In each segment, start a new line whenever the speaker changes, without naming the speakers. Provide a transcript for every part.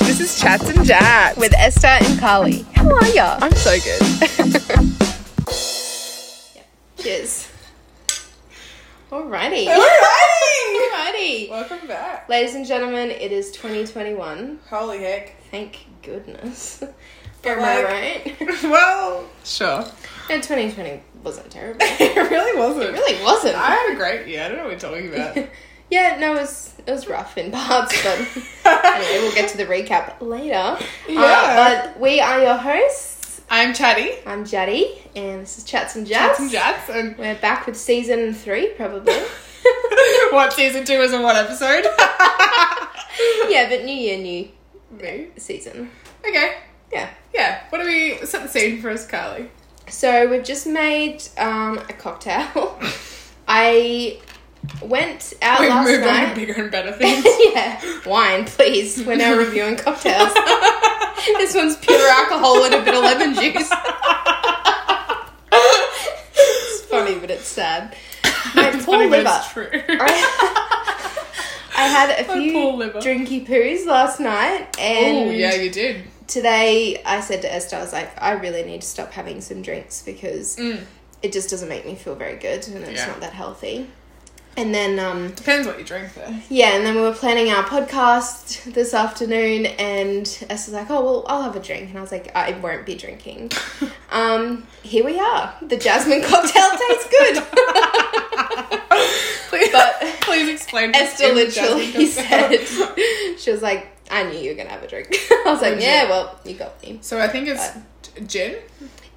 This is Chats and Jacks
with Esther and Carly. How are ya?
I'm so good.
Cheers. Alrighty.
Alrighty!
Alrighty.
Welcome back.
Ladies and gentlemen, it is 2021.
Holy heck.
Thank goodness.
But
Am
like-
I right?
Well, sure.
no, 2020 wasn't terrible. It
It really wasn't.
really wasn't.
I had a great year. I don't know what we're talking about.
yeah, no, it was, it was rough in parts, but anyway, we'll get to the recap later. Uh,
Yeah.
but we are your hosts.
I'm Chatty.
I'm Jaddy, and this is Chats and Jazz.
Chats and Jats. And
We're back with season three, probably.
what season two was in what episode?
yeah, but new year, new
Me.
season.
Okay.
Yeah.
Yeah. What do we set the scene for us, Carly?
So we've just made um, a cocktail. I went out
We've
Uh, last
moved on to
night.
bigger and better things.
yeah, wine, please. We're now reviewing cocktails. this one's pure alcohol and a bit of lemon juice. it's funny, but it's sad. My
It's
poor
funny, but
liver.
It's true.
I, I had a
My
few
Oh, poor liver.
drinky poos last night, and
Oh yeah, you did.
today I said to Esther, I was like, I really need to stop having some drinks because
Mm.
it just doesn't make me feel very good and it's
Yeah.
not that healthy. And then, um,
Depends what you drink though.
yeah, and then we were planning our podcast this afternoon, and Esther's like, oh, well, I'll have a drink. And I was like, I won't be drinking. um, here we are. The jasmine cocktail tastes good.
please,
But-
please explain. what's
Esther
in the
literally
Jasmine cocktail.
said, she was like, I knew you were going to have a drink. I was like,
Legit.
yeah, well, you got me.
So I think it's g- gin.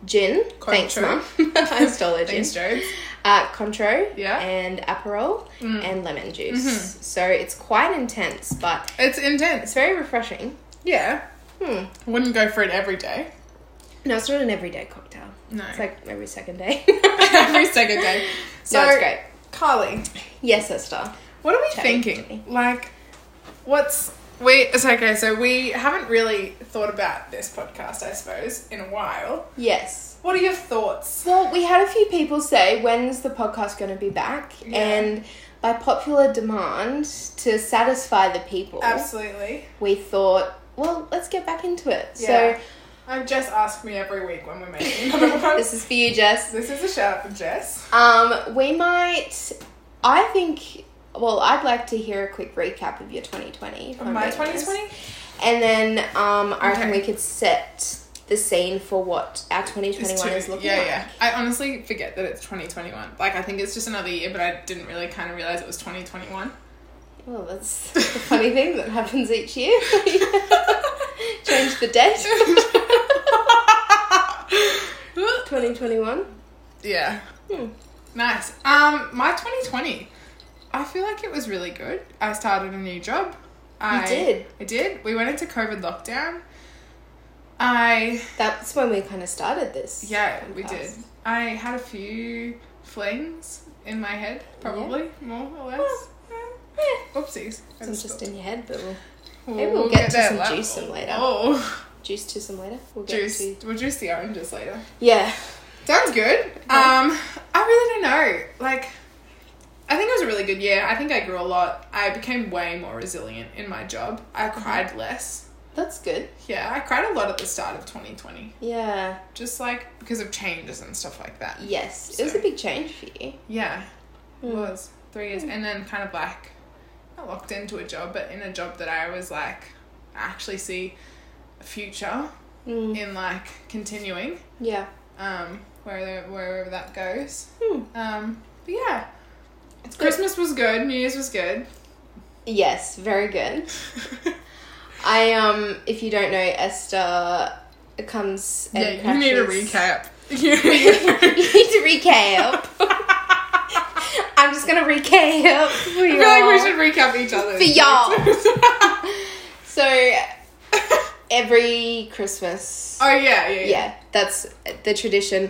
Gin.
Contro.
Thanks, Mum. I stole a gin.
Thanks, Jones.
Uh, Contro
Yeah. Mm. Mm-hmm.
and Aperol and lemon juice. So it's quite intense, but
It's
it's
intense.
very refreshing.
Yeah.
Hmm.
Wouldn't go for it every day.
No, it's not an everyday cocktail.
No.
It's like every second day.
every second day.
So
So
no, it's great.
Carly,
Yes, Esther.
what are we
Chatty,
thinking?
chatty.
Like, what's we? It's okay. So we haven't really thought about this podcast, I suppose, in a while.
Yes.
What are your thoughts?
Well, we had a few people say, when's the podcast going to be back?
Yeah.
And by popular demand, to satisfy the people,
Absolutely.
we thought, well, let's get back into it.
Yeah. I've Jess asked me every week when we're making another
So
one.
this is for you, Jess.
This is a shout for Jess.
Um, we might. I think. Well, I'd like to hear a quick recap of your 2020. if
Of
I'm
my
being honest.
2020?
And then um, I reckon
Okay.
we could set the scene for what our 2021
It's two-
is looking
yeah,
like.
yeah. I honestly forget that it's 2021. Like, I think it's just another year, but I didn't really kind of realize it was 2021.
Well, that's the funny thing that happens each year. Change the date. 2021.
yeah.
Hmm.
Nice. Um, my 2020. I feel like it was really good. I started a new job. I
did.
I did. We went into COVID lockdown. I
That's when we kind of started this.
yeah, we
podcast.
did. I had a few flings in my head, probably more or less.
Yeah.
Oopsies. I
It's
just
just
spilled.
in your head, but we'll
Maybe
we'll get to some juice some later.
Oh,
juice to some later. We'll get
juice.
to.
We'll juice the oranges later.
Yeah.
Sounds good. Um, I really don't know. Like, I think it was a really good year. I think I grew a lot. I became way more resilient in my job. I cried less.
That's good.
Yeah, I cried a lot at the start of 2020,
Yeah.
just like because of changes and stuff like that.
Yes. It was a
So-
big change for you.
Yeah, it was three years, and then kind of like not locked into a job, but in a job that I was like I actually see a future
Mm.
in like continuing.
Yeah.
um, where wherever that goes.
Hmm.
Um, but yeah,
It's good.
Christmas was good. New Year's was good.
Yes, very good. I um if you don't know, Esther comes and
yeah, you need a
crashes-
recap.
you need to recap. I'm just gonna recap for
I
you.
feel like we
all.
should recap each other.
For y'all. So every Christmas
oh yeah, yeah, yeah.
yeah, that's the tradition.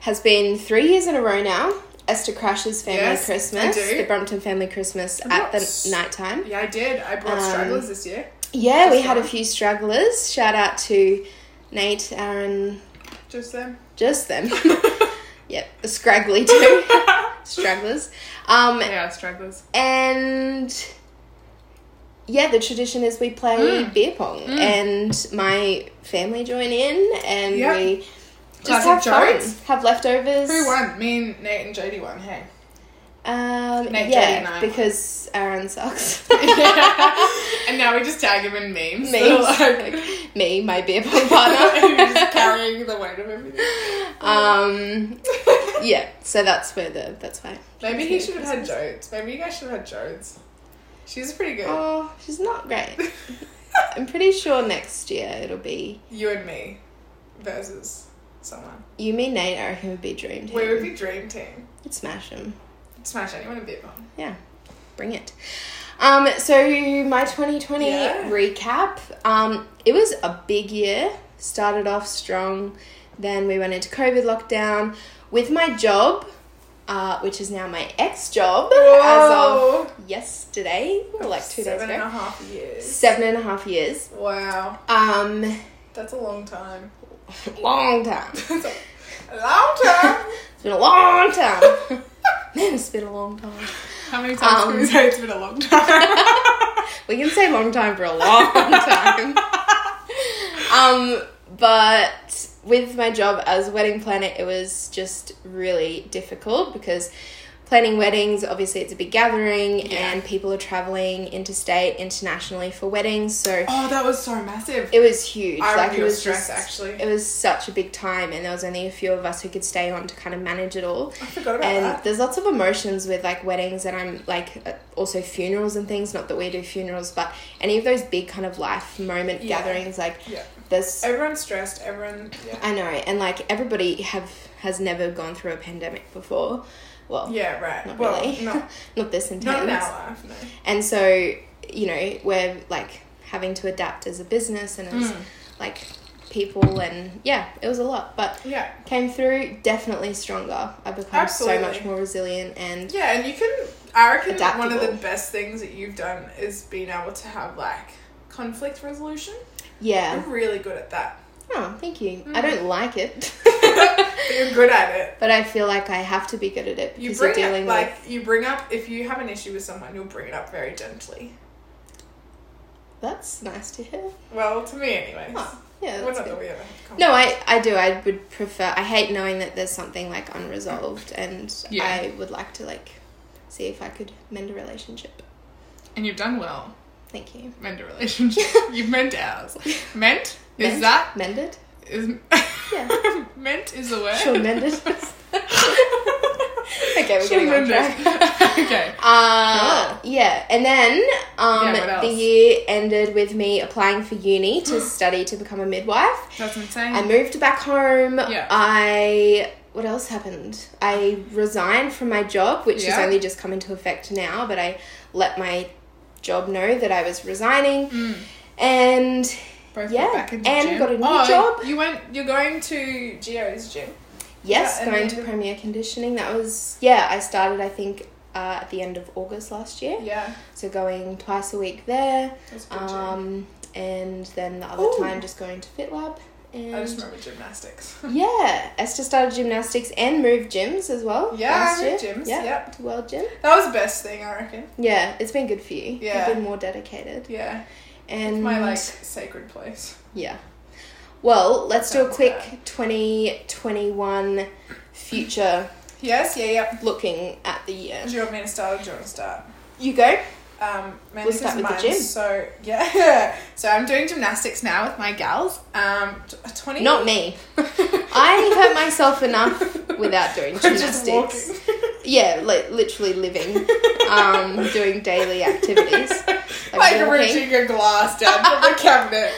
Has been three years in a row now. Esther Crash's family
Yes, I
Christmas,
do.
the Brumpton family Christmas
not
at
s-
the nighttime.
Yeah, I did. I brought
Um,
stragglers this year.
Yeah, we
Just
had a
one.
few stragglers. Shout out to Nate, Aaron,
Just them.
just them. yep, the scraggly two stragglers. Um,
yeah, stragglers.
and yeah, the tradition is we play
Hmm.
beer pong, and my family join in, and
Yep.
we just
Classic
have
jokes.
fun, have leftovers.
Who won? Me and Nate and JD won. Hey.
Um,
Nate, Jodie, and I
yeah,
won.
because Aaron sucks.
and now we just tag him in memes. that
Memes.
are like,
Me, my beer pong
Who's just
partner.
carrying the weight of everything.
um, yeah, so that's where the that's why.
Maybe he should have had Jodes. Maybe you guys should have had Jodes. She's pretty good.
Oh, she's not great. I'm pretty sure next year it'll be
you and me versus someone.
you, me, Nate. I reckon would be dream team.
We would be dream team.
We'd smash him.
Smash anyone in beer pong.
Yeah, bring it. Um, so my 2020
Yeah.
recap. Um, it was a big year. Started off strong, then we went into COVID lockdown with my job, uh, which is now my ex job
Whoa.
as of yesterday, or like two days
Seven and
ago.
a half years.
Seven and a half years.
Wow,
Um,
that's a long time.
long time.
That's a long time.
It's been a long time. Man, it's been a long time.
How many times
Um.
can we say it's been a long time?
We can say long time for a long time. um, but with my job as wedding planner, it was just really difficult because planning weddings, obviously, it's a big gathering and people are traveling interstate, internationally for weddings. So
oh, that was so massive.
it was huge.
I
like it
remember
was
stress
just-
actually.
It was such a big time, and there was only a few of us who could stay on to kind of manage it all
I forgot about
and
that.
there's lots of emotions with like weddings and i'm like uh, also funerals and things not that we do funerals but any of those big kind of life moment
Yeah.
gatherings like
Yeah, Oh.
there's
everyone's stressed. Everyone. Yeah.
i know and like everybody have has never gone through a pandemic before well
Yeah. Right.
not
well,
really
not
not this intense
not in our life. No.
and so you know we're like having to adapt as a business and
Mm.
as
Hmm.
like people and yeah it was a lot but
Yeah.
came through definitely stronger i've become so much
Absolutely.
more resilient and
Yeah, and you can. I reckon one of the
Adaptable.
best things that you've done is being able to have like conflict resolution.
yeah
You're really good at that.
Oh, thank you. I
Hmm.
don't like it,
But you're good at it.
but I feel like I have to be good at it
You
because you are
bring
dealing
it like you bring up if you have an issue with someone, you'll bring it up very gently.
with. That's nice to hear.
Well, to me, anyways.
Oh, yeah,
Well,
that's
not
good.
that we ever have conflict.
No, I, I do. I would prefer. I hate knowing that there's something like unresolved, and
Yeah.
I would like to like see if I could mend a relationship.
And you've done well.
Thank you.
Mend a relationship. you've meant ours. Meant is
Mend?
that
mended?
is
Yeah.
meant is the word.
Sure, mended. Okay, we're
Sure,
getting on
mended. okay.
Uh, yeah, and then um,
Yeah, what
the
else?
year ended with me applying for uni to study to become a midwife.
That's insane.
I moved back home.
Yeah.
I what else happened? I resigned from my job, which
Yeah.
has only just come into effect now, but I let my job know that I was resigning. And
Both
Yeah,
went Mm, back into
and
gym.
got a new
oh,
job.
You went. You're going to Geo's gym.
yes,
Yeah, and
going
then-
to Premier Conditioning. That was yeah, I started I think uh, at the end of August last year.
Yeah,
So going twice a week there.
that's a good gym.
Um and then the other
Ooh.
time just going to Fit Lab and
I just remember gymnastics.
yeah, Esther started gymnastics and moved gyms as well.
Yeah,
last
I
year.
moved gyms.
Yeah.
Yep,
to World Gym.
that was the best thing I reckon.
Yeah, it's been good for you.
Yeah.
You've been more dedicated.
Yeah,
And
my like sacred place.
yeah. Well, let's do a
Sounds
quick
bad.
2021 future
Yes. Yeah. Yep.
looking at the year.
Do you want me to start? Or do you want to start?
You go.
Um, man,
We'll
this
start
is
with the
mine.
gym.
So yeah. So I'm doing gymnastics now with my gals. Um, t- twenty.
Not me. I hurt myself enough without doing
Just
gymnastics. Yeah, like literally living, um, doing daily activities.
like
walking.
reaching a glass down from the cabinet.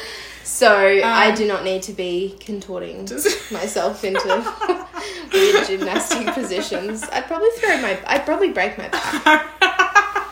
So I
Um,
do not need to be contorting
Just-
myself into weird gymnastic positions. I'd probably throw my, I'd probably break my back.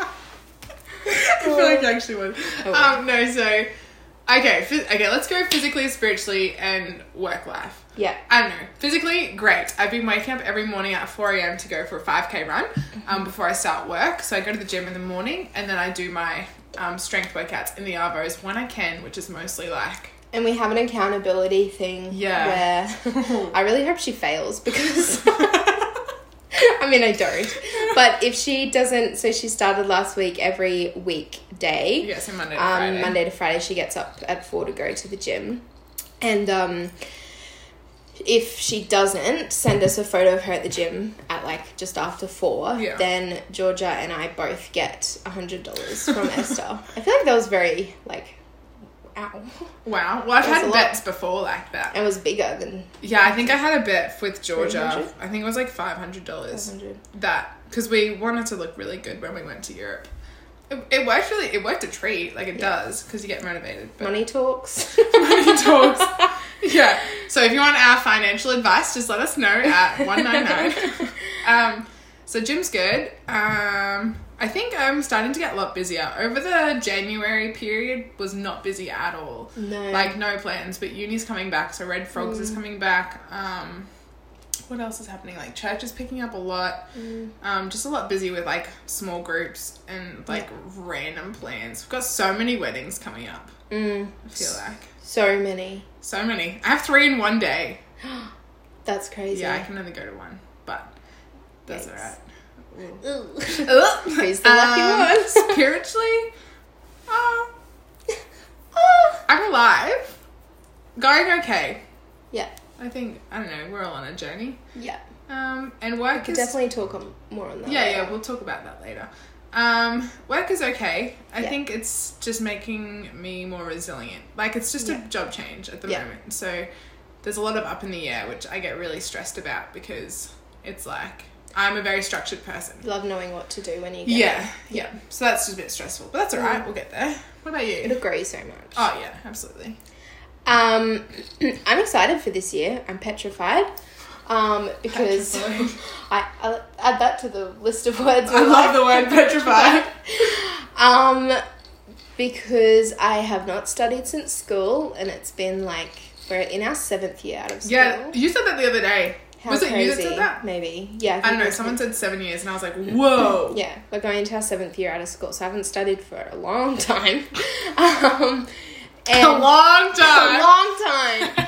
I feel like I actually would.
Oh.
Um, no, so okay, phys- okay. Let's go physically, spiritually, and work life.
Yeah.
I don't know. Physically, great. I've been waking up every morning at 4 a.m. to go for a 5k run
Mm-hmm.
um, before I start work. So I go to the gym in the morning and then I do my um, strength workouts in the Arvos when I can, which is mostly like.
And we have an accountability thing
Yeah.
where I really hope she fails because I mean I don't. but if she doesn't, so she started last week every weekday.
Yeah, so Monday to
Um,
Friday.
Monday to Friday, she gets up at four to go to the gym. And um, if she doesn't send us a photo of her at the gym at like just after four,
Yeah.
then Georgia and I both get a hundred dollars from Esther. I feel like that was very like, ow,
Wow. Well, I've
That's a
had
lot.
bets before like that.
it was bigger than
Yeah, I think I had a bet with Georgia.
300?
I think it was like five hundred
a
dollars.
hundred.
That because we wanted to look really good when we went to Europe. It, it worked really. It worked a treat. Like it does because you get motivated. But
Money talks.
money talks. yeah. So if you want our financial advice, just let us know at one nine nine. Um. So gym's good. Um. I think I'm starting to get a lot busier. Over the January period, was not busy at all
No.
like no plans but uni's coming back so red frogs is coming back um what else is happening like church is picking up a lot um just a lot busy with like small groups and like random plans we've got so many weddings coming up
Mm,
i feel like
so many.
so many i have three in one day
That's crazy.
yeah i can only go to one but that's all
Yikes.
right
Who's Oh, the lucky
Um,
one?
spiritually uh,
Oh.
i'm alive going okay
yeah,
i think i don't know we're all on a journey
yeah.
Um, and work
Could
is
definitely talk on, more on that.
yeah,
later.
yeah. We'll talk about that later. Um, work is okay. I
Yeah.
think it's just making me more resilient. Like it's just
Yeah.
a job change at the
Yeah.
moment, so there's a lot of up in the air, which I get really stressed about because it's like I'm a very structured person.
Love knowing what to do when you get
Yeah, yeah. So that's just a bit stressful, but that's alright. We'll get there. What about
it.
you?
Mm. It'll grow you so much.
Oh yeah, absolutely.
Um, I'm excited for this year. I'm petrified. Um, because
Petrified.
I, I'll add that to the list of words. we
I love
like.
the word petrified.
Um, because I have not studied since school, and it's been like we're in our seventh year out of school.
Yeah, you said that the other day.
How
was it
crazy?
you that said that?
Maybe.
I
Yeah. think
don't know.
it's-
Someone said seven years, and I was like, whoa.
Yeah, we're going into our seventh year out of school, so I haven't studied for a long time. Um, and
a long
a
time.
long time.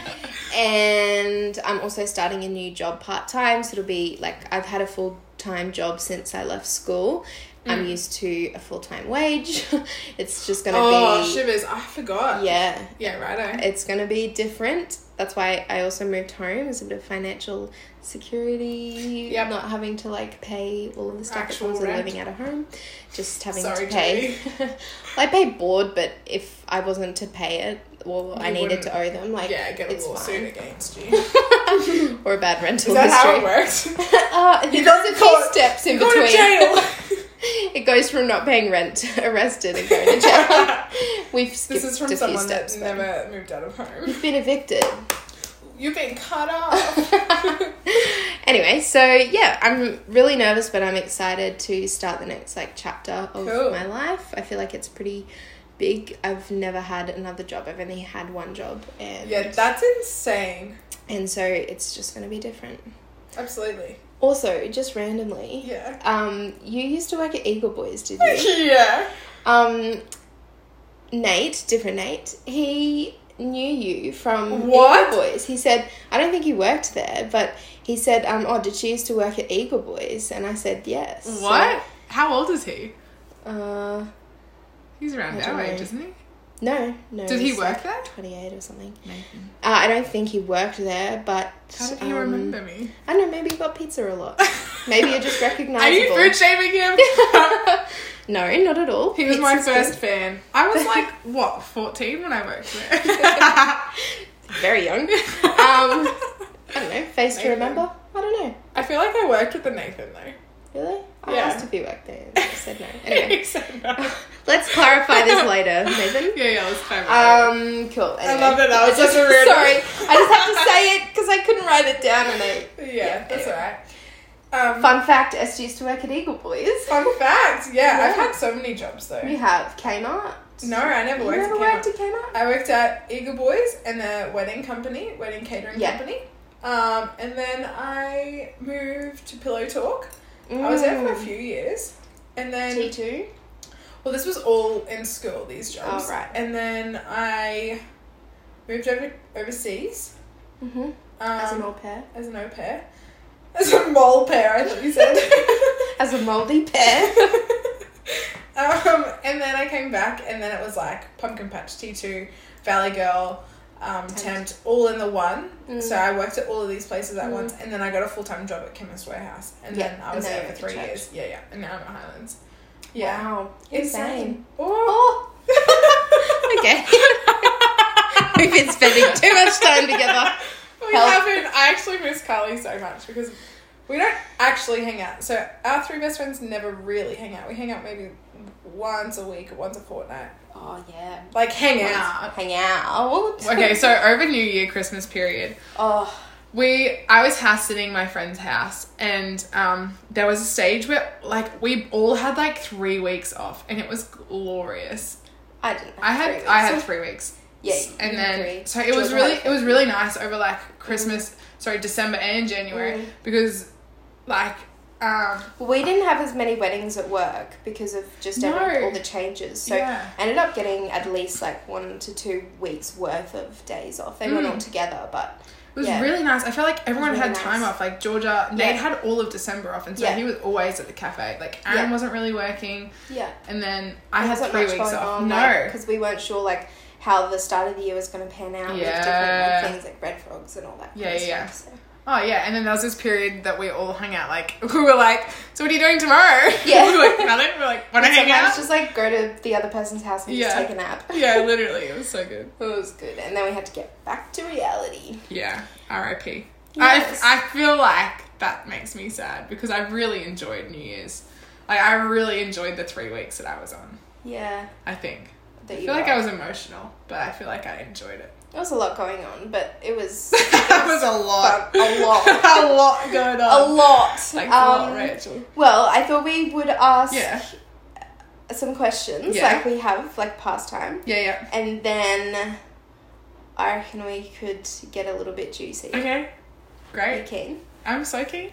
and I'm also starting a new job part time, so it'll be like I've had a full time job since I left school.
Mm.
I'm used to a full time wage. it's just gonna
oh,
be
shivers. I forgot.
yeah,
Yeah, righto.
it's gonna be different. That's why I also moved home as a bit of financial security.
Yep.
Not having to like pay all of the stuff
Actual
that comes with
rent.
living out of home. Just having
Sorry,
to pay. I pay board, but if I wasn't to pay it, well, I
You
needed
wouldn't-
to owe them. Like,
yeah, get a
it's
lawsuit
fine.
against you. Is
or a bad rental
that how it
history.
works?
uh,
You
there's
go
a
to
few
court.
steps in
Go to
between.
jail.
it goes from not paying rent to arrested and going to jail. We've skipped
this is from
a few
someone that
steps. but-
never moved out of home.
You've been evicted.
You've been cut off.
anyway, so yeah, I'm really nervous, but I'm excited to start the next like chapter of
Cool.
my life. I feel like it's pretty big. I've never had another job. I've only had one job, and
yeah, that's insane.
and so it's just gonna be different.
Absolutely.
Also, just randomly,
Yeah.
um, you used to work at Eagle Boys, did you?
Yeah.
um, Nate, different Nate, he knew you from
What?
Eagle Boys. He said, I don't think he worked there, but he said, um, oh, did she used to work at Eagle Boys? And I said, yes. So,
What? How old is he?
uh,
He's around
I don't
our age,
know.
isn't he?
no, no.
Did he
he's
work
like
there?
28 or something.
Nathan.
Uh, I don't think he worked there, but.
How did he
um,
remember me?
I don't know, maybe he got pizza a lot. Maybe you're just
Are you
recognizable.
food shaming him?
no, not at all.
He was my
Pizza's
first fan. I was like, what, 14 when I worked there?
good. Very young. Um, I don't know, face to
Maybe.
remember? I don't know.
I feel like I worked with the Nathan though.
Really? I
Yeah.
asked if you worked there. and I said no. Anyway,
He said no.
let's clarify this later, Nathan.
yeah, yeah, let's time. it.
Um, cool.
I
anyway.
love it. That was such a weird.
Sorry, I just have to say it because I couldn't write it down. And I
Yeah, that's
anyway.
alright. Um, fun,
fun fact: S used to work at Eagle Boys.
fact. Yeah, I've
Yeah.
had so many jobs though.
You have Kmart.
No, I never
You
worked.
never
at
worked
Kmart.
at Kmart.
I worked at Eagle Boys and the wedding company, wedding catering
Yeah.
company. Um, and then I moved to Pillow Talk. I was there for a few years, and then
Mm. T two.
Well, this was all in school, these jobs.
Oh, right.
And then I moved over overseas.
Mhm.
Um,
As an au pair.
as an au pair. As a mole pair, I thought you said.
as a moldy pear.
um, and then I came back, and then it was like Pumpkin Patch T2, Valley Girl, um, Tempt, all in the one.
Mm.
So I worked at all of these places at once, and then I got a full time job at Chemist Warehouse, and
Yeah,
then I
and
was
now
there
you're
for
at
three
Church.
years. Yeah, yeah, and now I'm at Highlands. Yeah,
Wow.
insane.
Insane.
Oh.
Oh, okay. We've been spending too much time together.
We
Health.
haven't. I actually miss Carly so much because we don't actually hang out. So our three best friends never really hang out. We hang out maybe once a week or once a fortnight.
Oh, yeah.
Like hang
Hang out.
Okay, so over New Year, Christmas period,
Oh,
we I was house sitting my friend's house, and um, there was a stage where like we all had like three weeks off, and it was glorious.
I didn't. Have
I had
three
I had
weeks.
three weeks.
Yeah,
and then
you had three.
so it was
Georgia
really
had
it was really nice over like
Mm-hmm.
Christmas, sorry December and January
Mm.
because like um
We didn't have as many weddings at work because of just
No.
every- all the changes. So
Yeah.
I ended up getting at least like one to two weeks worth of days off. They
Mm.
weren't all together, but
it was
Yeah.
really nice. I felt like everyone
really
had time
nice.
off. Like Georgia, Nate
Yeah.
had all of December off, and so
Yeah.
he was always at the cafe. Like Aaron
Yeah.
wasn't really working,
yeah.
and then I had three weeks off. no,
because we weren't sure like how the start of the year was going to pan out with
Yeah.
different like, things like red frogs and all that.
Yeah,
kind of
yeah,
Stuff,
Oh yeah, and then there was this period that we all hung out. Like we were like, "So what are you doing tomorrow?"
Yeah.
we were like, "Nothing." We We're like, "Want
so.
to hang
Sometimes
out?"
just like go to the other person's house and
Yeah.
just take a nap.
yeah, literally, it was so good.
it was good, and then we had to get back to reality.
Yeah, R.I.P.
Yes.
I I feel like that makes me sad because I really enjoyed New Year's. Like I really enjoyed the three weeks that I was on.
Yeah,
I think
that
I
you
feel like
were-
I was emotional, but I feel like I enjoyed it.
There was a lot going on, but it was
that was a lot,
But a lot.
a lot going
a
on.
lot.
Uh, Like a
um,
lot, Rachel.
Well, I thought we would ask
Yeah,
some questions
Yeah.
like we have, like past time,
yeah, yeah.
and then I reckon we could get a little bit juicy.
Okay,
Are you
great.
keen?
I'm so keen.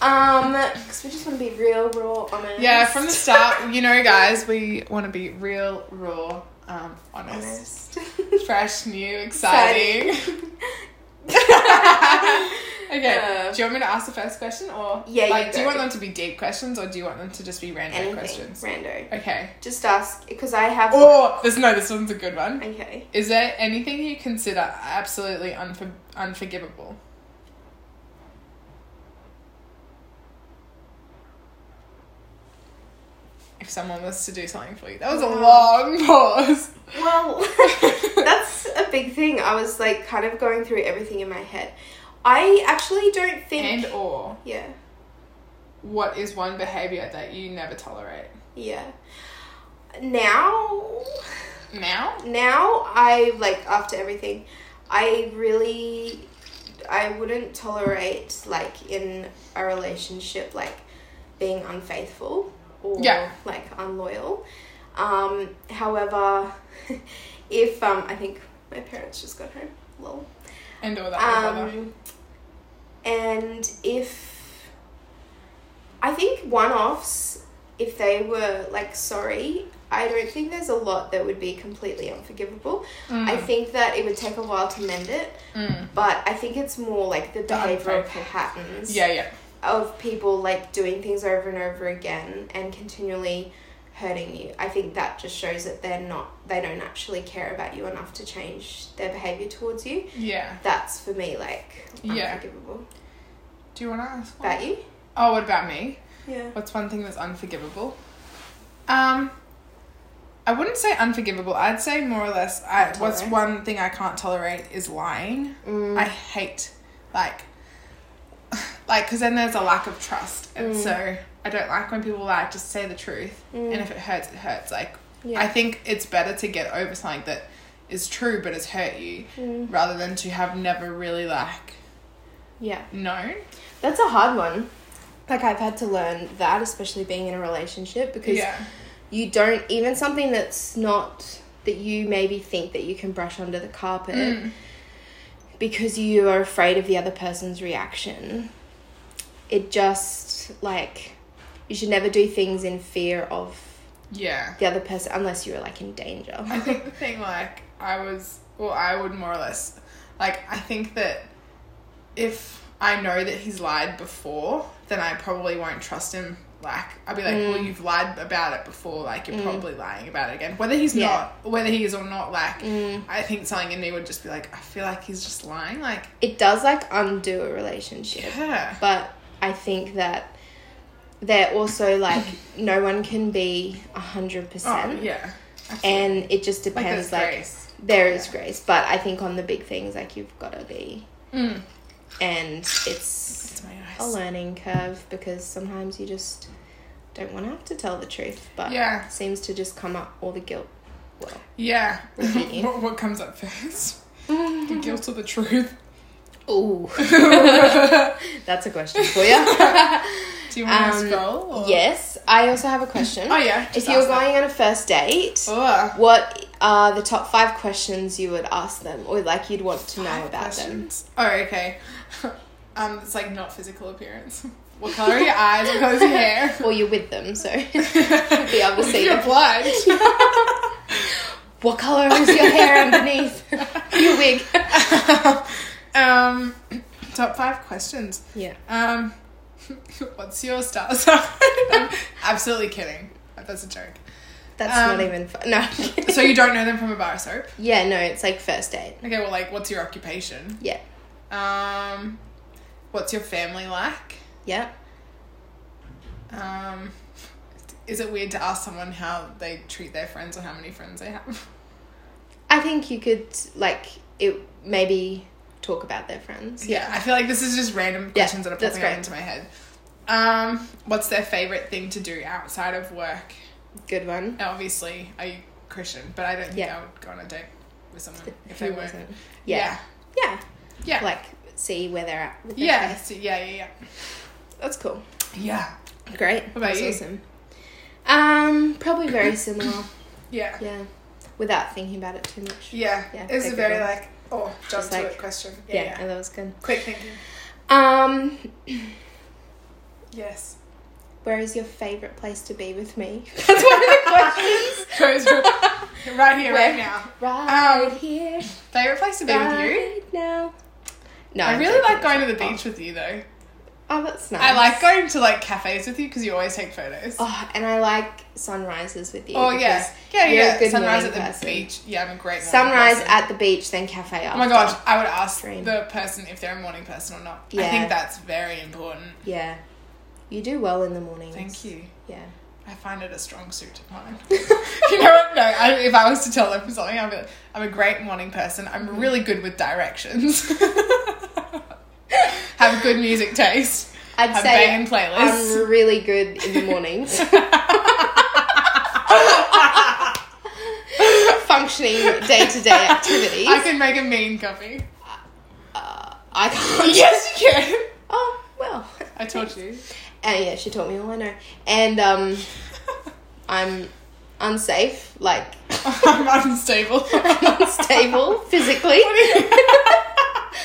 Um, because we just want to be real, raw, honest.
Yeah, from the start, you know, guys, we want to be real, raw, um, honest,
honest.
fresh, new, exciting. okay,
Uh,
do you want me to ask the first question, or
Yeah, you
like, do you
go.
want them to be deep questions, or do you want them to just be random
Anything,
questions?
rando.
Okay.
Just ask because I have.
Oh, this no, this one's a good one.
Okay.
Is there anything you consider absolutely unfor- unforgivable? If someone was to do something for you, that was a
Wow.
long pause.
Well, that's a big thing. I was like kind of going through everything in my head. I actually don't think.
And or
yeah,
what is one behavior that you never tolerate?
yeah. Now,
Now?
now I like after everything, I really, I wouldn't tolerate like in a relationship like being unfaithful or
Yeah.
like unloyal. Um, however, if um, I think my parents just got home. Lol.
And or that would bother.
Um, and if I think one offs, if they were like sorry, I don't think there's a lot that would be completely unforgivable. I think that it would take a while to mend it,
Mm.
but I think it's more like the behavioral
unfaithful.
patterns
Yeah, yeah.
of people like doing things over and over again and continually hurting you. I think that just shows that they're not, they don't actually care about you enough to change their behavior towards you
Yeah.
that's for me like
Yeah.
unforgivable.
Do you want to ask? one?
About you?
Oh, what about me?
Yeah.
What's one thing that's unforgivable? Um, I wouldn't say unforgivable. I'd say more or less. I,
Can't
what's
tolerate.
one thing I can't tolerate is lying.
Mm.
I hate like, like because then there's a lack of trust, and so I don't like when people lie. Just say the truth, and if it hurts, it hurts. Like
Yeah.
I think it's better to get over something that is true but has hurt you, rather than to have never really like
Yeah.
known.
That's a hard one. Like I've had to learn that, especially being in a relationship, because
Yeah.
you don't even something that's not that you maybe think that you can brush under the carpet
Mm.
because you are afraid of the other person's reaction. It just like you should never do things in fear of
Yeah.
the other person unless you are like in danger.
I think the thing like I was well I would more or less like I think that if I know that he's lied before, then I probably won't trust him like I'd be like,
Mm.
well, you've lied about it before. Like you're probably lying about it again. Whether he's
Yeah. Mm.
not, whether he is or not, like I think something in me would just be like, I feel like he's just lying. Like
It does like undo a relationship.
yeah,
But I think that they're also like no one can be a hundred
oh
percent.
yeah,
And it just
like there's
depends like,
grace.
there is grace. But I think on the big things like you've gotta be
Mm.
and it's
It's my
a
eyes.
learning curve because sometimes you just don't want to have to tell the truth, but
Yeah.
it seems to just come up all the guilt. Well,
Yeah,
Mhm.
what, what comes up first? the guilt or the truth?
ooh, that's a question for you.
Do you want to
Um,
scroll? Or?
yes, I also have a question.
Oh yeah. just
if you were
ask that.
going on a first date,
Oh, Ugh.
what are the top five questions you would ask them, or like you'd want to know
Five
about them?
questions. Oh, okay. um, it's like not physical appearance. What color are your eyes? What color is your hair?
Or you're with them, so
Be
able to see
You're
them.
blind.
what color is your hair underneath your wig?
um, top five questions.
Yeah.
Um, what's your star sign? I'm absolutely kidding. That's a joke.
That's
Um,
not even fun. No.
So you don't know them from a bar of soap?
yeah, no, it's like first date.
Okay. Well, like, what's your occupation?
Yeah.
Um, what's your family like?
Yeah.
Um, is it weird to ask someone how they treat their friends or how many friends they have?
I think you could like it maybe talk about their friends.
Yeah, I feel like this is just random
Yeah,
questions that are
that's
popping
great.
up into my head. Um, what's their favorite thing to do outside of work?
Good one.
Now, obviously, are you Christian? But I don't think
Yeah.
I would go on a date with someone if
If
they
it
weren't.
wasn't.
Yeah,
Yeah. yeah.
yeah,
Like see where they're at with their
yeah,
faith.
so- yeah, yeah,
That's cool.
yeah, yeah,
Great.
What about
That's
you?
awesome. Um, probably very similar.
yeah,
Yeah. Without thinking about it too much.
yeah.
Yeah,
It's
they're
a
good
very
ones.
like oh jump
Just
to
like-
it question. Yeah,
Yeah,
yeah.
no, that was good.
quick thinking.
Um
Yes.
where is your favourite place to be with me? That's one of the questions.
Goes right here,
Where-
right now.
Right
Um,
here.
Favorite place to be with you?
right now. No.
I
I'm
really
joking.
like going to the
Oh.
beach with you though.
Oh, that's nice.
I like going to like cafes with you because you always take photos.
Oh, and I like sunrises with you.
Oh
because
yeah, yeah,
you're a
yeah.
good
Sunrise at
morning
the
person.
beach. Yeah, I'm a great morning
Sunrise
person.
at the beach, then cafe after.
Oh my gosh, I would ask
Dream.
the person if they're a morning person or not. I
Yeah.
think that's very important.
Yeah, you do well in the mornings.
Thank you.
Yeah.
I find it a strong suit of mine. you know what? No, I, if I was to tell them something, I'd be like, I'm a great morning person. I'm really good with directions. Have good music taste.
I'd
Have
say
banging playlists.
I'm really good in the mornings. Functioning day to day activities.
I can make a mean coffee.
uh, I can't.
Yes, you can.
Oh well.
I told you.
And yeah, she taught me all I know. And um, I'm unsafe, like
I'm unstable.
unstable physically.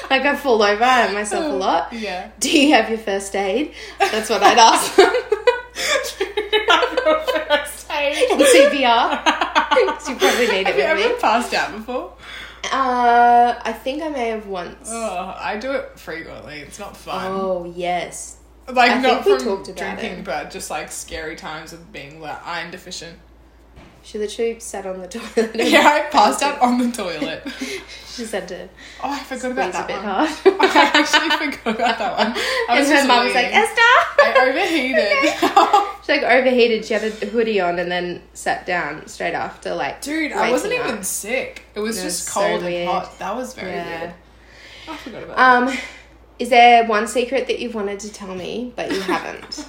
like I fall over, I hurt myself
Mm.
a lot.
Yeah.
Do you have your first aid? That's what I'd ask them.
First
and
aid.
CPR. 'cause you probably need it
Have you
with
ever
me.
passed out before?
Uh, I think I may have once. Oh,
Oh, I do it frequently. It's not fun.
yes.
like
Oh, I
not
think we
from
talked about
drinking,
it.
but just like scary times of being like iron deficient.
She literally sat on the toilet. and-
Yeah, I passed out on the toilet.
She said to
Oh, I forgot about
squeeze a
that
bit
one.
hard.
I actually forgot about that one. I
and
was
her
just
mum was like,
waiting.
Esther!
I overheated.
She like overheated. She had a hoodie on and then sat down straight after. Like,
Dude, I wasn't
waking
even
up.
sick. It was
It
just
was so
cold and
weird.
hot. That was very
Yeah.
weird. I forgot about that.
Um, is there one secret that you've wanted to tell me but you haven't?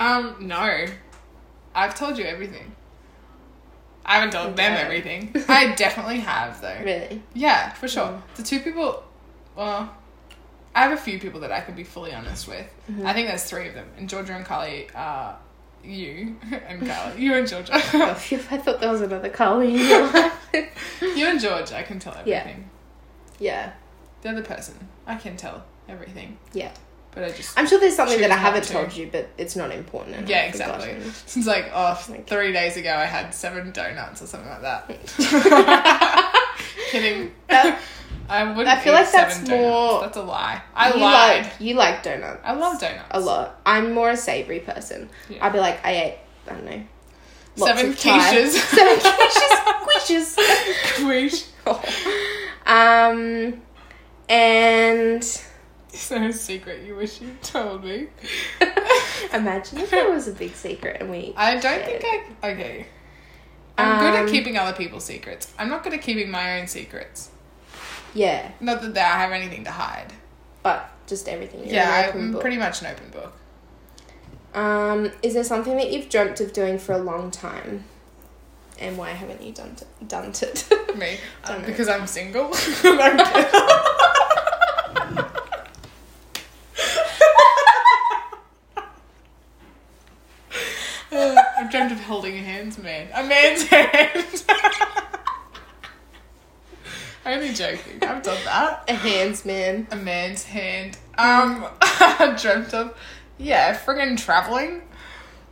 Um, no. I've told you everything. I haven't told them
Okay.
everything. I definitely have, though.
really? Mm.
Yeah, for sure. The two people, well, I have a few people that I could be fully honest with.
Mm-hmm.
I think there's three of them. And Georgia and Carly are you and Carly. You and
Oh,
Georgia.
phew, I thought there was another Carly in your life.
you and George, I can tell
Yeah.
everything.
yeah,
The other person, I can tell everything.
yeah.
But I just.
I'm sure there's something
Choose
that I
not
haven't
to.
told you, but it's not important. and
Yeah,
I've
exactly.
forgotten.
Since like oh, three
Like-
days ago, I had seven donuts or something like that. Kidding.
That-
I wouldn't.
I feel
eat
like that's
seven donuts.
more-
That's a lie. I
you
lied.
like you like donuts.
I love donuts.
a lot. I'm more a savory person.
Yeah.
I'd be like, I ate, I don't know,
Seven
Thai-
quiches.
seven quiches, quiches.
Wait.
Um, and
Is there a secret you wish you told me?
imagine if it was a big secret and we.
I don't
shared
think
it.
I. Okay. I'm good at
Um,
keeping other people's secrets. I'm not good at keeping my own secrets.
Yeah,
Not that I have anything to hide.
but just everything. You're an
Yeah, mm,
open
I'm
book.
pretty much an open book.
Um, is there something that you've dreamt of doing for a long time? And why haven't you done t- done it?
Me. Um,
Don't know.
because I'm single. I'm kidding. Uh, I've dreamt of holding a hand's man. A man's hand. Only joking. I've done that.
a hands man.
A man's hand. Um, I dreamt of, yeah, friggin' traveling.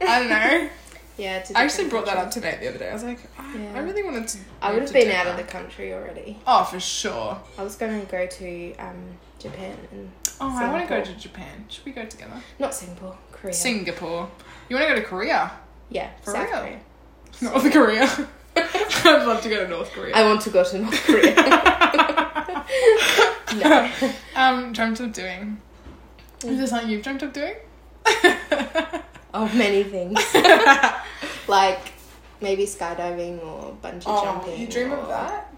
I don't know.
Yeah, to
I actually
different
brought that up
countries.
to Nate the other day. I was like, "Ah, I, I
Yeah.
really wanted to.
I would have
to
been
do
out of the
that.
country already.
Oh, for sure.
I was going to go to um, Japan and
Oh, I want to go to
Singapore.
Japan. Should we go together?
not Singapore, Korea.
Singapore. You want to go to Korea?
yeah,
For
South
real?
Korea.
North Korea. I'd love to go to North Korea.
I want to go to North Korea. no.
um, dreamt of doing. Is there something you've dreamt of doing?
Oh, many things. like maybe skydiving or bungee
oh,
jumping.
you dream
or-
of that?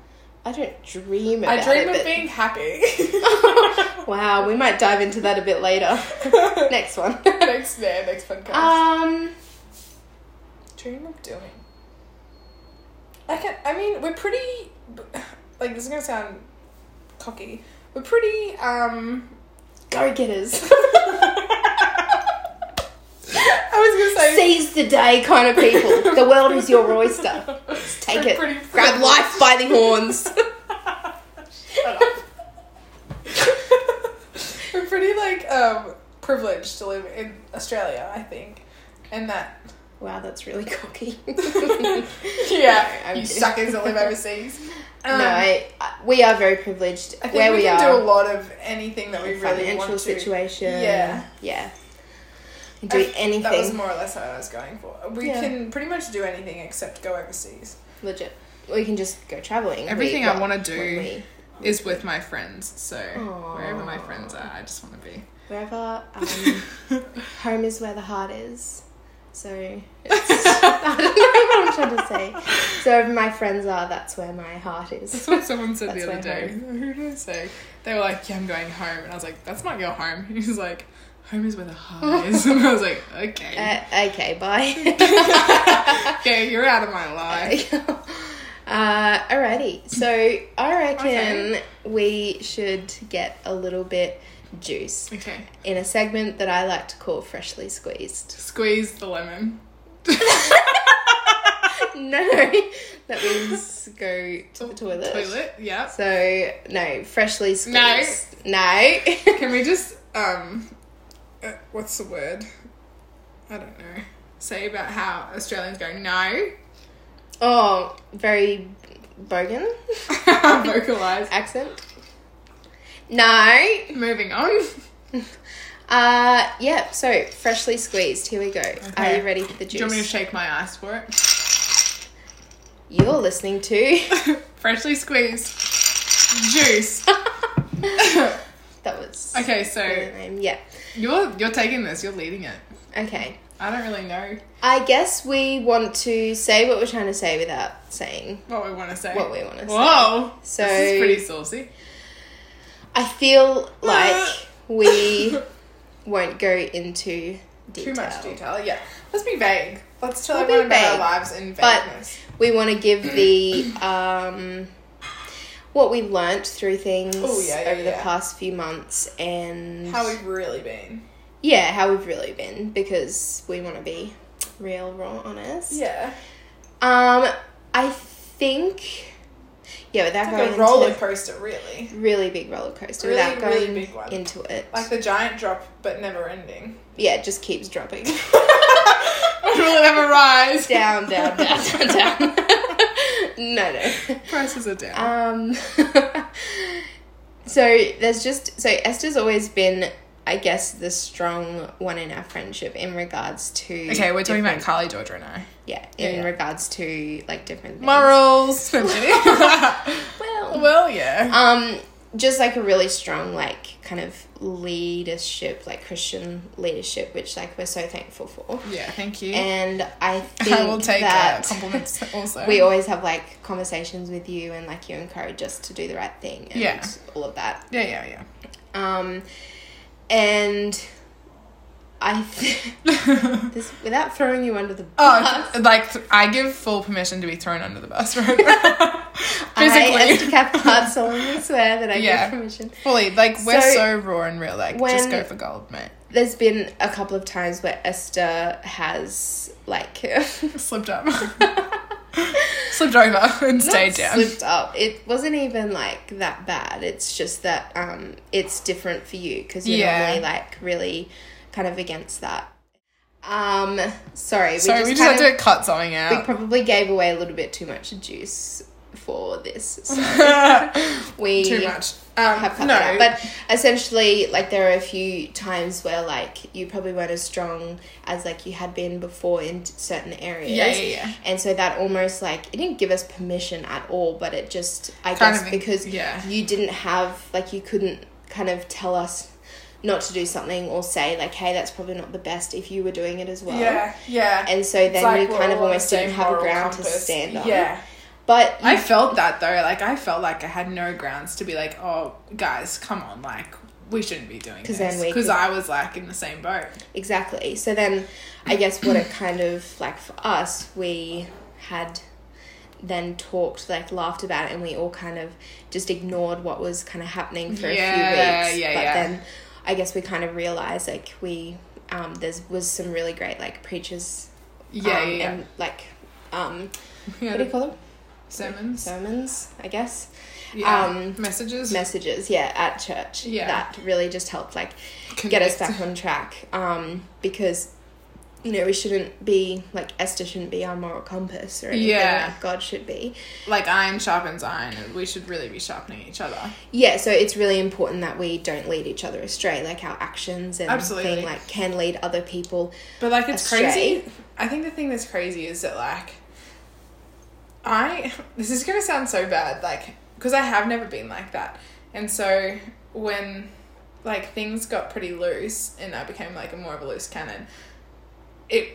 I don't dream about
I dream
it,
of
but-
being happy.
Wow, we might dive into that a bit later. Next one.
next, yeah, next podcast.
um,
dream of doing? I can. I mean, we're pretty. Like this is gonna sound cocky. We're pretty. Um.
go getters.
I was gonna say.
Seize the day kind of people. The world is your oyster. Take
We're
it.
pretty
Grab
privileged.
life by the horns.
Shut up. we're pretty like um privileged to live in Australia. I think, and that.
Wow, that's really cocky.
yeah,
I'm
you
kidding.
suckers that live overseas. Um,
no, I, I- we are very privileged
I think
where
we,
we,
can
are.
do a lot of anything that we really
financial
want to.
situation.
Yeah.
Yeah. And do
I-
anything.
That was more or less what I was going for. We
Yeah.
can pretty much do anything except go overseas.
Legit. We can just go traveling.
Everything
We-
I
what-
wanna do-
when we-
Is with my friends, so wherever my
Aw.
friends are, I just want to be.
wherever um, home is where the heart is. So it's, I don't know what I'm trying to say. So wherever my friends are, that's where my heart
That's
is.
what someone said
That's
the other
my
day. Who did I say? They were like, "Yeah, I'm going home," and I was like, "That's not your home." He was like, "Home is where the heart is," and I was like, "Okay,
Uh, okay, bye.
okay, you're out of my life."
uh, alrighty. So I reckon
Okay.
we should get a little bit juice
Okay,
in a segment that I like to call freshly squeezed.
squeeze the lemon.
No, that means go to the toilet.
Oh, Toilet. Yeah.
So no, freshly squeezed.
No.
no.
Can we just um, uh, what's the word? I don't know. Say about how Australians go no,
Oh, very bogan
vocalize.
accent. No.
Moving on.
Uh, yeah, so freshly squeezed. Here we go. Are
Okay.
you ready for the
Do
juice?
you want me to shake my ice for it?
You're listening to.
Freshly squeezed juice.
that was.
okay, so
the name. Yeah.
you're you're taking this. You're leading it.
Okay.
I don't really know
I guess we want to say what we're trying to say without saying
what we want to say.
what we want to say.
Whoa.
So-
this is pretty saucy.
I feel
Uh.
like we won't go into
Too
detail.
much detail. Yeah. Let's be vague. Let's tell
We'll be
everyone about our
vague,
lives in
but-
vagueness.
We want to give the um, what we learnt through things
Oh, yeah, yeah,
over the
yeah.
past few months and
how we've really been.
yeah, how we've really been because we want to be real, raw, honest.
Yeah.
Um, I think yeah, without
It's
going
like a
into
roller coaster, really.
really big roller coaster,
Really,
without
really
going
big one.
into it,
Like the giant drop, but never ending.
yeah, it just keeps dropping.
will it ever rise?
down, down, down, down, down. no, no.
Prices are down.
Um, So there's just so Esther's always been, I guess, the strong one in our friendship in regards to
Okay, we're talking about Carly, Georgia, and I.
yeah,
Yeah,
in
yeah.
regards to like different things.
Morals. No, I'm kidding.
Well,
well, yeah.
um, just like a really strong like kind of leadership, like Christian leadership, which like we're so thankful for.
Yeah, thank you.
Um, And I think
I will take uh,
that
compliments also.
we always have like conversations with you, and like you encourage us to do the right thing, and
Yeah.
all of that.
yeah, yeah, yeah.
Um, and I th- this without throwing you under the bus.
Oh, th- like th- I give full permission to be thrown under the bus, right?
I, as
Physically,
to Cap Hart, solemnly swear that I
Yeah.
give permission.
fully. Like we're so,
So,
raw and real. Like just
when-
go for gold, mate.
There's been a couple of times where Esther has like
Slipped up, slipped over, and stayed
not
down.
slipped up. It wasn't even like that bad. It's just that um, it's different for you because you're
Yeah.
normally like really kind of against that. Um, sorry, we
Sorry, we just
kind
had
of-
to cut something
We
out.
probably gave away a little bit too much juice for this. So we
Too much.
have
Um,
cut
no,
that out. But essentially, like there are a few times where like you probably weren't as strong as like you had been before in t- certain areas.
Yeah, yeah, yeah.
And so that almost like it didn't give us permission at all, but it just I
Kind
guess
of in-
because
yeah.
you didn't have like you couldn't kind of tell us not to do something or say like hey that's probably not the best if you were doing it as well
yeah, yeah.
and so then
It's
you
like
kind
we're all on
of
the
almost
same
didn't have a
moral
ground to
compass.
stand on. Mm.
Yeah.
But you,
I felt that though. Like I felt like I had no grounds to be like, oh guys, come on, like we shouldn't be doing this.
then we
Because
could-
I was like in the same boat.
exactly. So then, I guess what it kind of like for us, we had then talked like laughed about it, and we all kind of just ignored what was kind of happening for
Yeah,
a few weeks.
yeah,
but
yeah.
then, I guess we kind of realized like we um, there was some really great like preachers.
Yeah,
um,
yeah, yeah.
and like um,
We
what
had
do you call them?
sermons.
Sermons, I guess.
yeah.
um,
messages.
messages yeah at church
Yeah.
that really just helped like get
Connect.
us back on track um because you know we shouldn't be like esther shouldn't be our moral compass or anything
Yeah.
like god should be
like iron sharpens iron. and We should really be sharpening each other.
yeah so it's really important that we don't lead each other astray like our actions and
Absolutely.
thing like can lead other people
But like it's
Astray.
crazy. I think the thing that's crazy is that like I this is going to sound so bad like because I have never been like that. And so when like things got pretty loose and I became like a more of a loose cannon it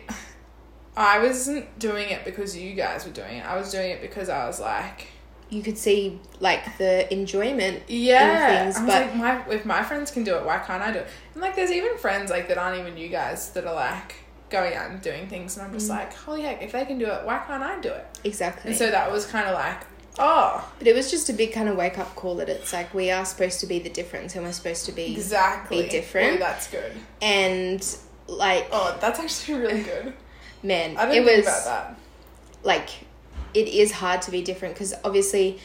I wasn't doing it because you guys were doing it. I was doing it because I was like
you could see like the enjoyment
yeah,
things,
I was
but-
like, my, if my friends can do it, why can't I do it? And like, there's even friends like that aren't even you guys that are like going out and doing things, and I'm just
Mm.
like, holy heck, if they can do it, why can't I do it?
exactly
And so that was kind of like, oh,
but it was just a big kind of wake up call that it's like we are supposed to be the difference and we're supposed to be
exactly,
Be different.
Ooh, that's good.
and like
Oh, that's actually really good.
man
I
it
didn't
was
think about that.
like it is hard to be different because obviously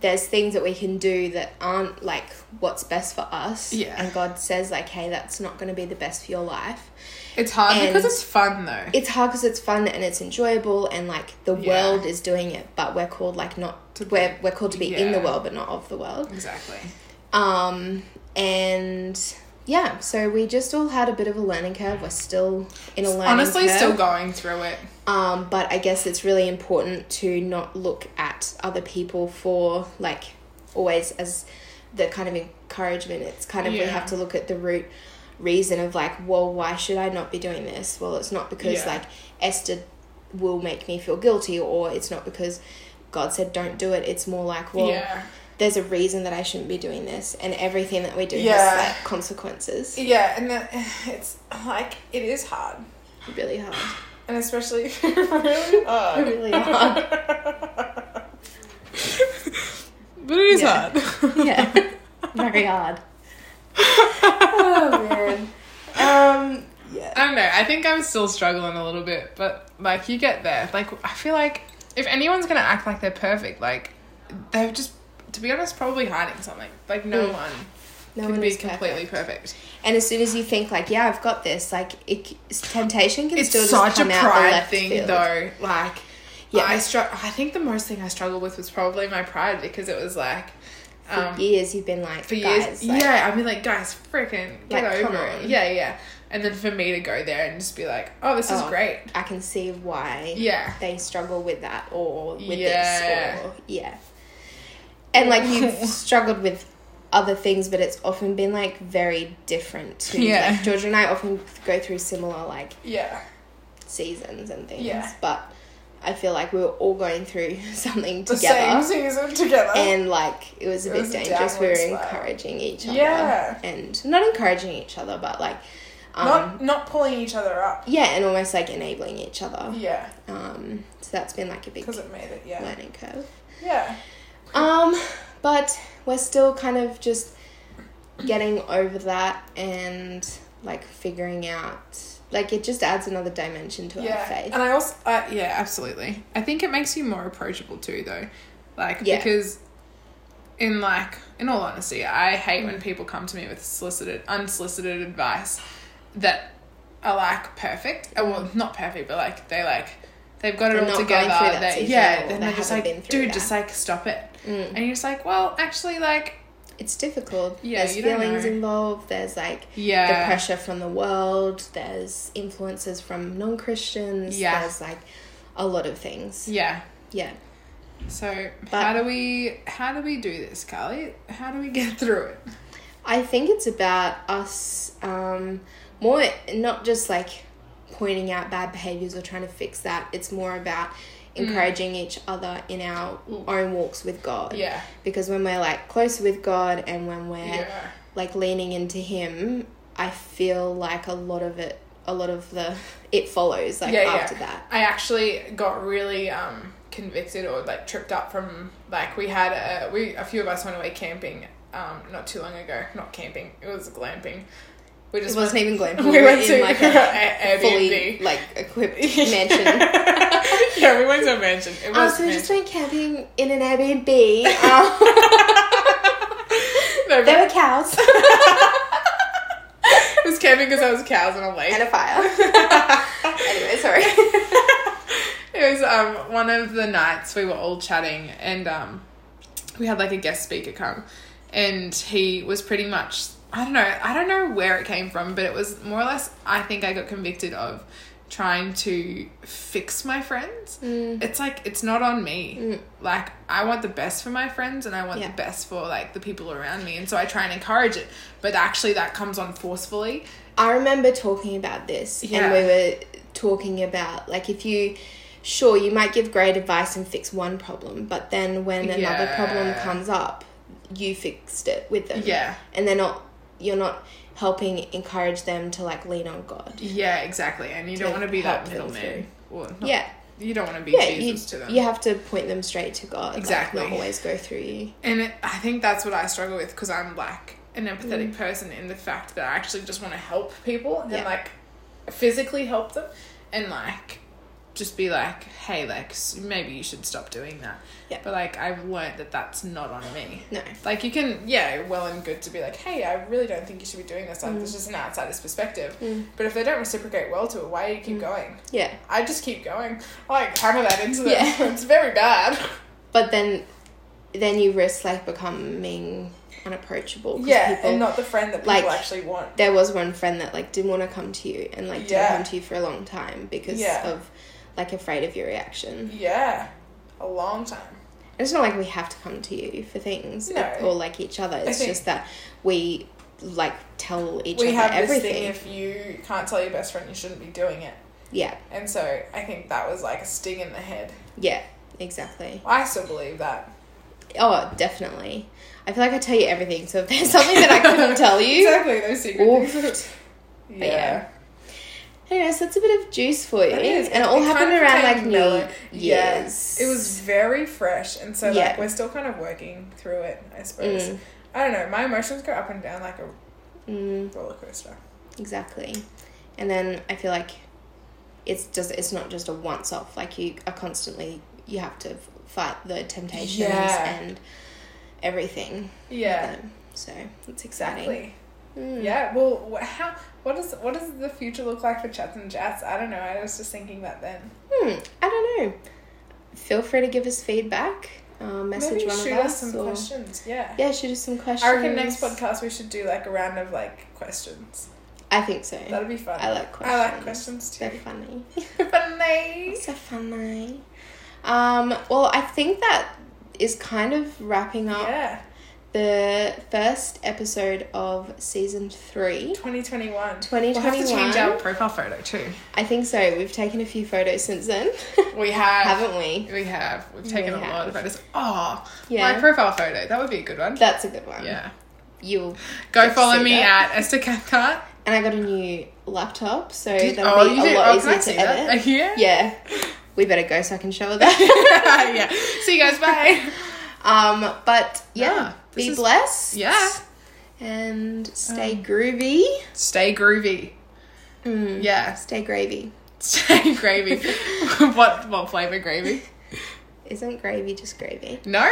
there's things that we can do that aren't like what's best for us
Yeah.
and god says like hey that's not going to be the best for your life
It's hard because
and-
it's fun though.
it's hard because it's fun and it's enjoyable and like the
Yeah.
world is doing it but we're called like not
To be-
we're, we're called to be in the
yeah.
world but not of the world
exactly.
um and yeah so we just all had a bit of a learning curve we're still in a learning
Honestly,
curve.
still going through it.
Um, but I guess it's really important to not look at other people for like always as the kind of encouragement. It's kind of we
Yeah.
have to look at the root reason of like, well, why should I not be doing this? Well, it's not because
Yeah.
like Esther will make me feel guilty, or it's not because God said don't do it. It's more like, well,
yeah,
there's a reason that I shouldn't be doing this, and everything that we do
Yeah.
has like consequences.
yeah, and that, it's like it is hard,
Really hard.
and especially really hard.
Really hard.
But it is
Yeah.
hard.
yeah. Very hard. oh man. Um yeah.
I don't know. I think I'm still struggling a little bit, but like you get there. Like I feel like if anyone's gonna act like they're perfect, like they're just, to be honest, probably hiding something. Like no
Mm.
one
No
can
one
be
is
completely
completely.
perfect.
And as soon as you think like, yeah, I've got this, like it, c- temptation can
It's
still just
such a
come out the
pride
left
thing,
field.
though. Like,
Yeah.
I str- I think the most thing I struggled with was probably my pride because it was like,
For
Um,
years you've been like,
for years.
guys, like,
yeah, I mean, like, guys, freaking get
Like, come
over it.
on.
Yeah, yeah. And then for me to go there and just be like, oh, this is
Oh.
great.
I can see why
Yeah.
they struggle with that or with
Yeah.
this or yeah. And like you've struggled with other things, but it's often been like very different too.
Yeah.
Like Georgia and I often go through similar like
Yeah.
seasons and things.
Yeah.
But I feel like we were all going through something
The
together.
same season together.
And like it was a
It
bit
was a
dangerous. We were
downward spiral.
encouraging each other.
Yeah.
And not encouraging each other, but like um
not not pulling each other up.
yeah, and almost like enabling each other.
Yeah.
Um, so that's been like a big
Because it made it, yeah.
learning curve.
Yeah.
Um, but we're still kind of just getting over that and like figuring out. Like it just adds another dimension to our
Yeah.
faith.
And I also, uh, yeah, absolutely. I think it makes you more approachable too, though. Like,
Yeah.
because in like, in all honesty, I hate
Mm.
when people come to me with solicited, unsolicited advice that are like perfect. Uh, well, not perfect, but like they like, they've got
Mm. They're
it all
not going
together.
through that
They,
season
yeah.
or
And
they
they're just
haven't been
like,
through
dude,
that." Mm.
just like stop it. And you're just like, well, actually, like,
It's difficult.
Yeah,
there's
you don't
feelings
know.
involved. There's like the
yeah.
pressure from the world. There's influences from non Christians.
Yeah.
There's like a lot of things.
Yeah.
Yeah.
So
But-
how do we how do we do this, Carly? How do we get through it?
I think it's about us um, more not just like pointing out bad behaviors or trying to fix that. It's more about
Mm.
encouraging each other in our own walks with God.
Yeah.
Because when we're like closer with God and when we're
Yeah.
like leaning into Him, I feel like a lot of it, a lot of the it follows like after that.
I actually got really um, convicted or like tripped up from like we had a we a few of us went away camping um, not too long ago. Not camping, it was glamping. We
It
just
wasn't even Glenn.
went, we went to
like a
a,
fully
Airbnb.
like equipped mansion.
yeah, we went to a mansion. It
Oh,
was
so we just
mansion.
went camping in an Airbnb. Um,
Oh. no,
there
but
were cows
it was camping because I was cows on a lake.
and a fire. anyway, sorry.
it was um one of the nights we were all chatting and um we had like a guest speaker come and he was pretty much I don't know I don't know where it came from but it was more or less I think I got convicted of trying to fix my friends
Mm.
it's like it's not on me like I want the best for my friends and I want
Yeah.
the best for like the people around me and so I try and encourage it but actually that comes on forcefully
I remember talking about this,
Yeah.
and we were talking about like if you, sure, you might give great advice and fix one problem, but then when another
Yeah.
problem comes up, you fixed it with them.
Yeah.
and they're not. You're not helping encourage them to like lean on God.
yeah exactly and you don't want to be that
help them
middleman Well, not-
Yeah.
you don't want to be
Yeah, you,
Jesus to them
you have to point them straight to God. like,
Exactly.
not always go through you.
And it, I think that's what I struggle with because I'm like an empathetic person in the fact that I actually just want to help people and
Mm. Yeah.
like physically help them and like just be like, hey, like s- maybe you should stop doing that.
Yeah.
But like I've learned that that's not on me.
No.
Like you can, yeah, well and good to be like, hey, I really don't think you should be doing this.
Mm.
Like this is an outsider's perspective. But if they don't reciprocate well to it, why do you keep
Mm.
going?
Yeah.
I just keep going. I like hammer that into them.
Yeah.
it's very bad.
But then then you risk like becoming unapproachable. 'cause
Yeah,
people-
and not the friend that people
like,
actually want.
there was one friend that like didn't want to come to you and like didn't
Yeah.
come to you for a long time because
Yeah.
of like afraid of your reaction.
Yeah, a long time.
And it's not like we have to come to you for things
No.
or like each other. It's
think-
just that we like tell each
we
other
have
everything.
this thing: if you can't tell your best friend, you shouldn't be doing it.
yeah,
And so I think that was like a sting in the head.
yeah, exactly.
I still believe that.
Oh, definitely. I feel like I tell you everything. So if there's something that I couldn't tell you,
Exactly those secret things.
oof.
Yeah.
yeah. Anyway, so that's a bit of juice for you,
It is.
and it all happened
kind of
around like
became mellow.
New
Yeah.
Year's.
It was very fresh, and so
Yeah.
like we're still kind of working through it, I suppose.
Mm.
I don't know. My emotions go up and down like a
Mm.
roller coaster.
Exactly. And then I feel like it's just it's not just a once off. Like you are constantly you have to f- fight the temptations
Yeah.
and everything.
Yeah.
Um, so it's exciting.
Exactly.
Mm.
Yeah. Well, wh- how? What does what does the future look like for Chats and Jats? I don't know. I was just thinking that then.
Hmm, I don't know. Feel free to give us feedback. uh, message
Maybe
one
shoot
of us.
us some
or,
questions. Yeah.
Yeah, shoot us some questions.
I reckon next podcast we should do like a round of like questions.
I think so.
That'd be fun.
I like questions.
I like questions too.
They're funny.
Funny.
so funny. Um, well, I think that is kind of wrapping up
Yeah.
the first episode of season three.
2021. We'll
2021.
have to change our profile photo too.
I think so. We've taken a few photos since then,
We have.
haven't we?
We have. We've taken
We
a lot of
have.
photos. Oh,
Yeah.
my profile photo. That would be a good one.
That's a good one.
yeah.
You'll.
Go
to
follow
see
me
that.
at Esther Cathcart.
And I got a new laptop, so
Did-
that'll be a
did-
lot
oh, can I
easier
see
to
that?
edit.
Yeah.
Yeah. We better go so I can show her that.
yeah. See you guys. Bye.
um, but yeah,
Yeah, Ah, this
be
is-
blessed.
yeah. Um.
And stay groovy.
Stay groovy.
Mm,
Yeah.
Stay gravy.
Stay gravy. what what flavor gravy?
Isn't gravy just gravy?
No.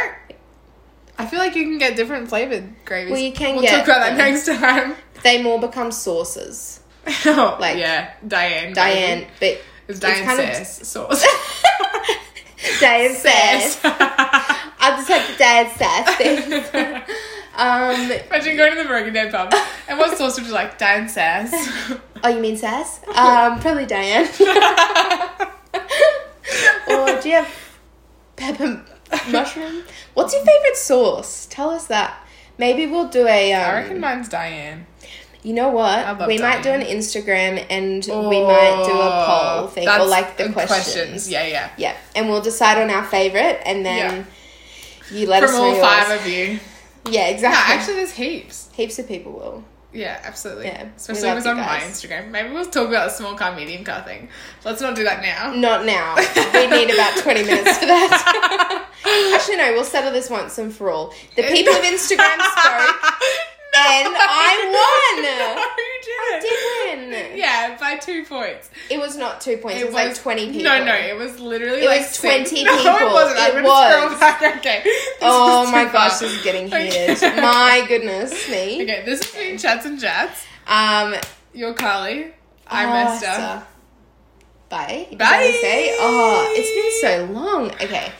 I feel like you can get different flavored gravies.
Well, you can
We'll
get
talk about that
them.
next time.
They more become sauces.
oh,
Like-
yeah, Diane.
Diane,
gravy.
but
It's Diane
kind of-
Sass sauce.
Diane sass. I just had the Diane sass thing. Um,
Imagine going to the Broken Day pub. And what sauce would you like? Diane Sass.
oh, you mean sass? Um, probably Diane. or do you have pepper mushroom? What's your favorite sauce? Tell us that. Maybe we'll do a. Um,
I reckon mine's Diane.
You know what?
love
We might do an
Diane. Oh,
Instagram and we might do a poll thing or
That's-
like the
and
questions.
Yeah, yeah.
Yeah, and we'll decide on our favorite, and then you let
From
us know.
all
yours.
five of you. Yeah,
Yeah, exactly.
actually, there's heaps.
heaps of people will.
Yeah, absolutely.
Yeah, we
Especially if
love
it was
you
on my
guys.
Instagram. Maybe we'll talk about the small car, medium car thing. Let's not do that now.
Not now. we need about twenty minutes for that. actually, no. We'll settle this once and for all. The people of Instagram spoke, and
No,
I
you didn't.
won. Did win.
Yeah, by two points.
It was not two points. It, was, like twenty people.
No, no, it was literally
It
like
was
six-
20
No,
people.
it wasn't. I'm
It
gonna scroll
was.
back. Okay. This
Oh
is
my
too
gosh,
far.
this is getting
Okay.
heated. My goodness me.
Okay, this has been chats and chats.
Um,
You're Carly. I'm
oh,
Esther.
so- Bye. Is that
Bye.
what you say? Oh, it's been so long. Okay.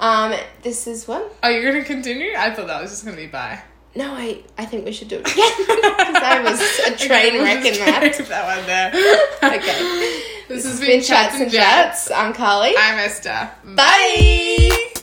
Um, this is one.
Oh, you're gonna continue? I thought that was just gonna be bye.
No, I I think we should do it again because that was a train wreck in that.
that one there.
Okay.
This has
It's been chats and jets. I'm Carly.
I'm Esther.
Bye.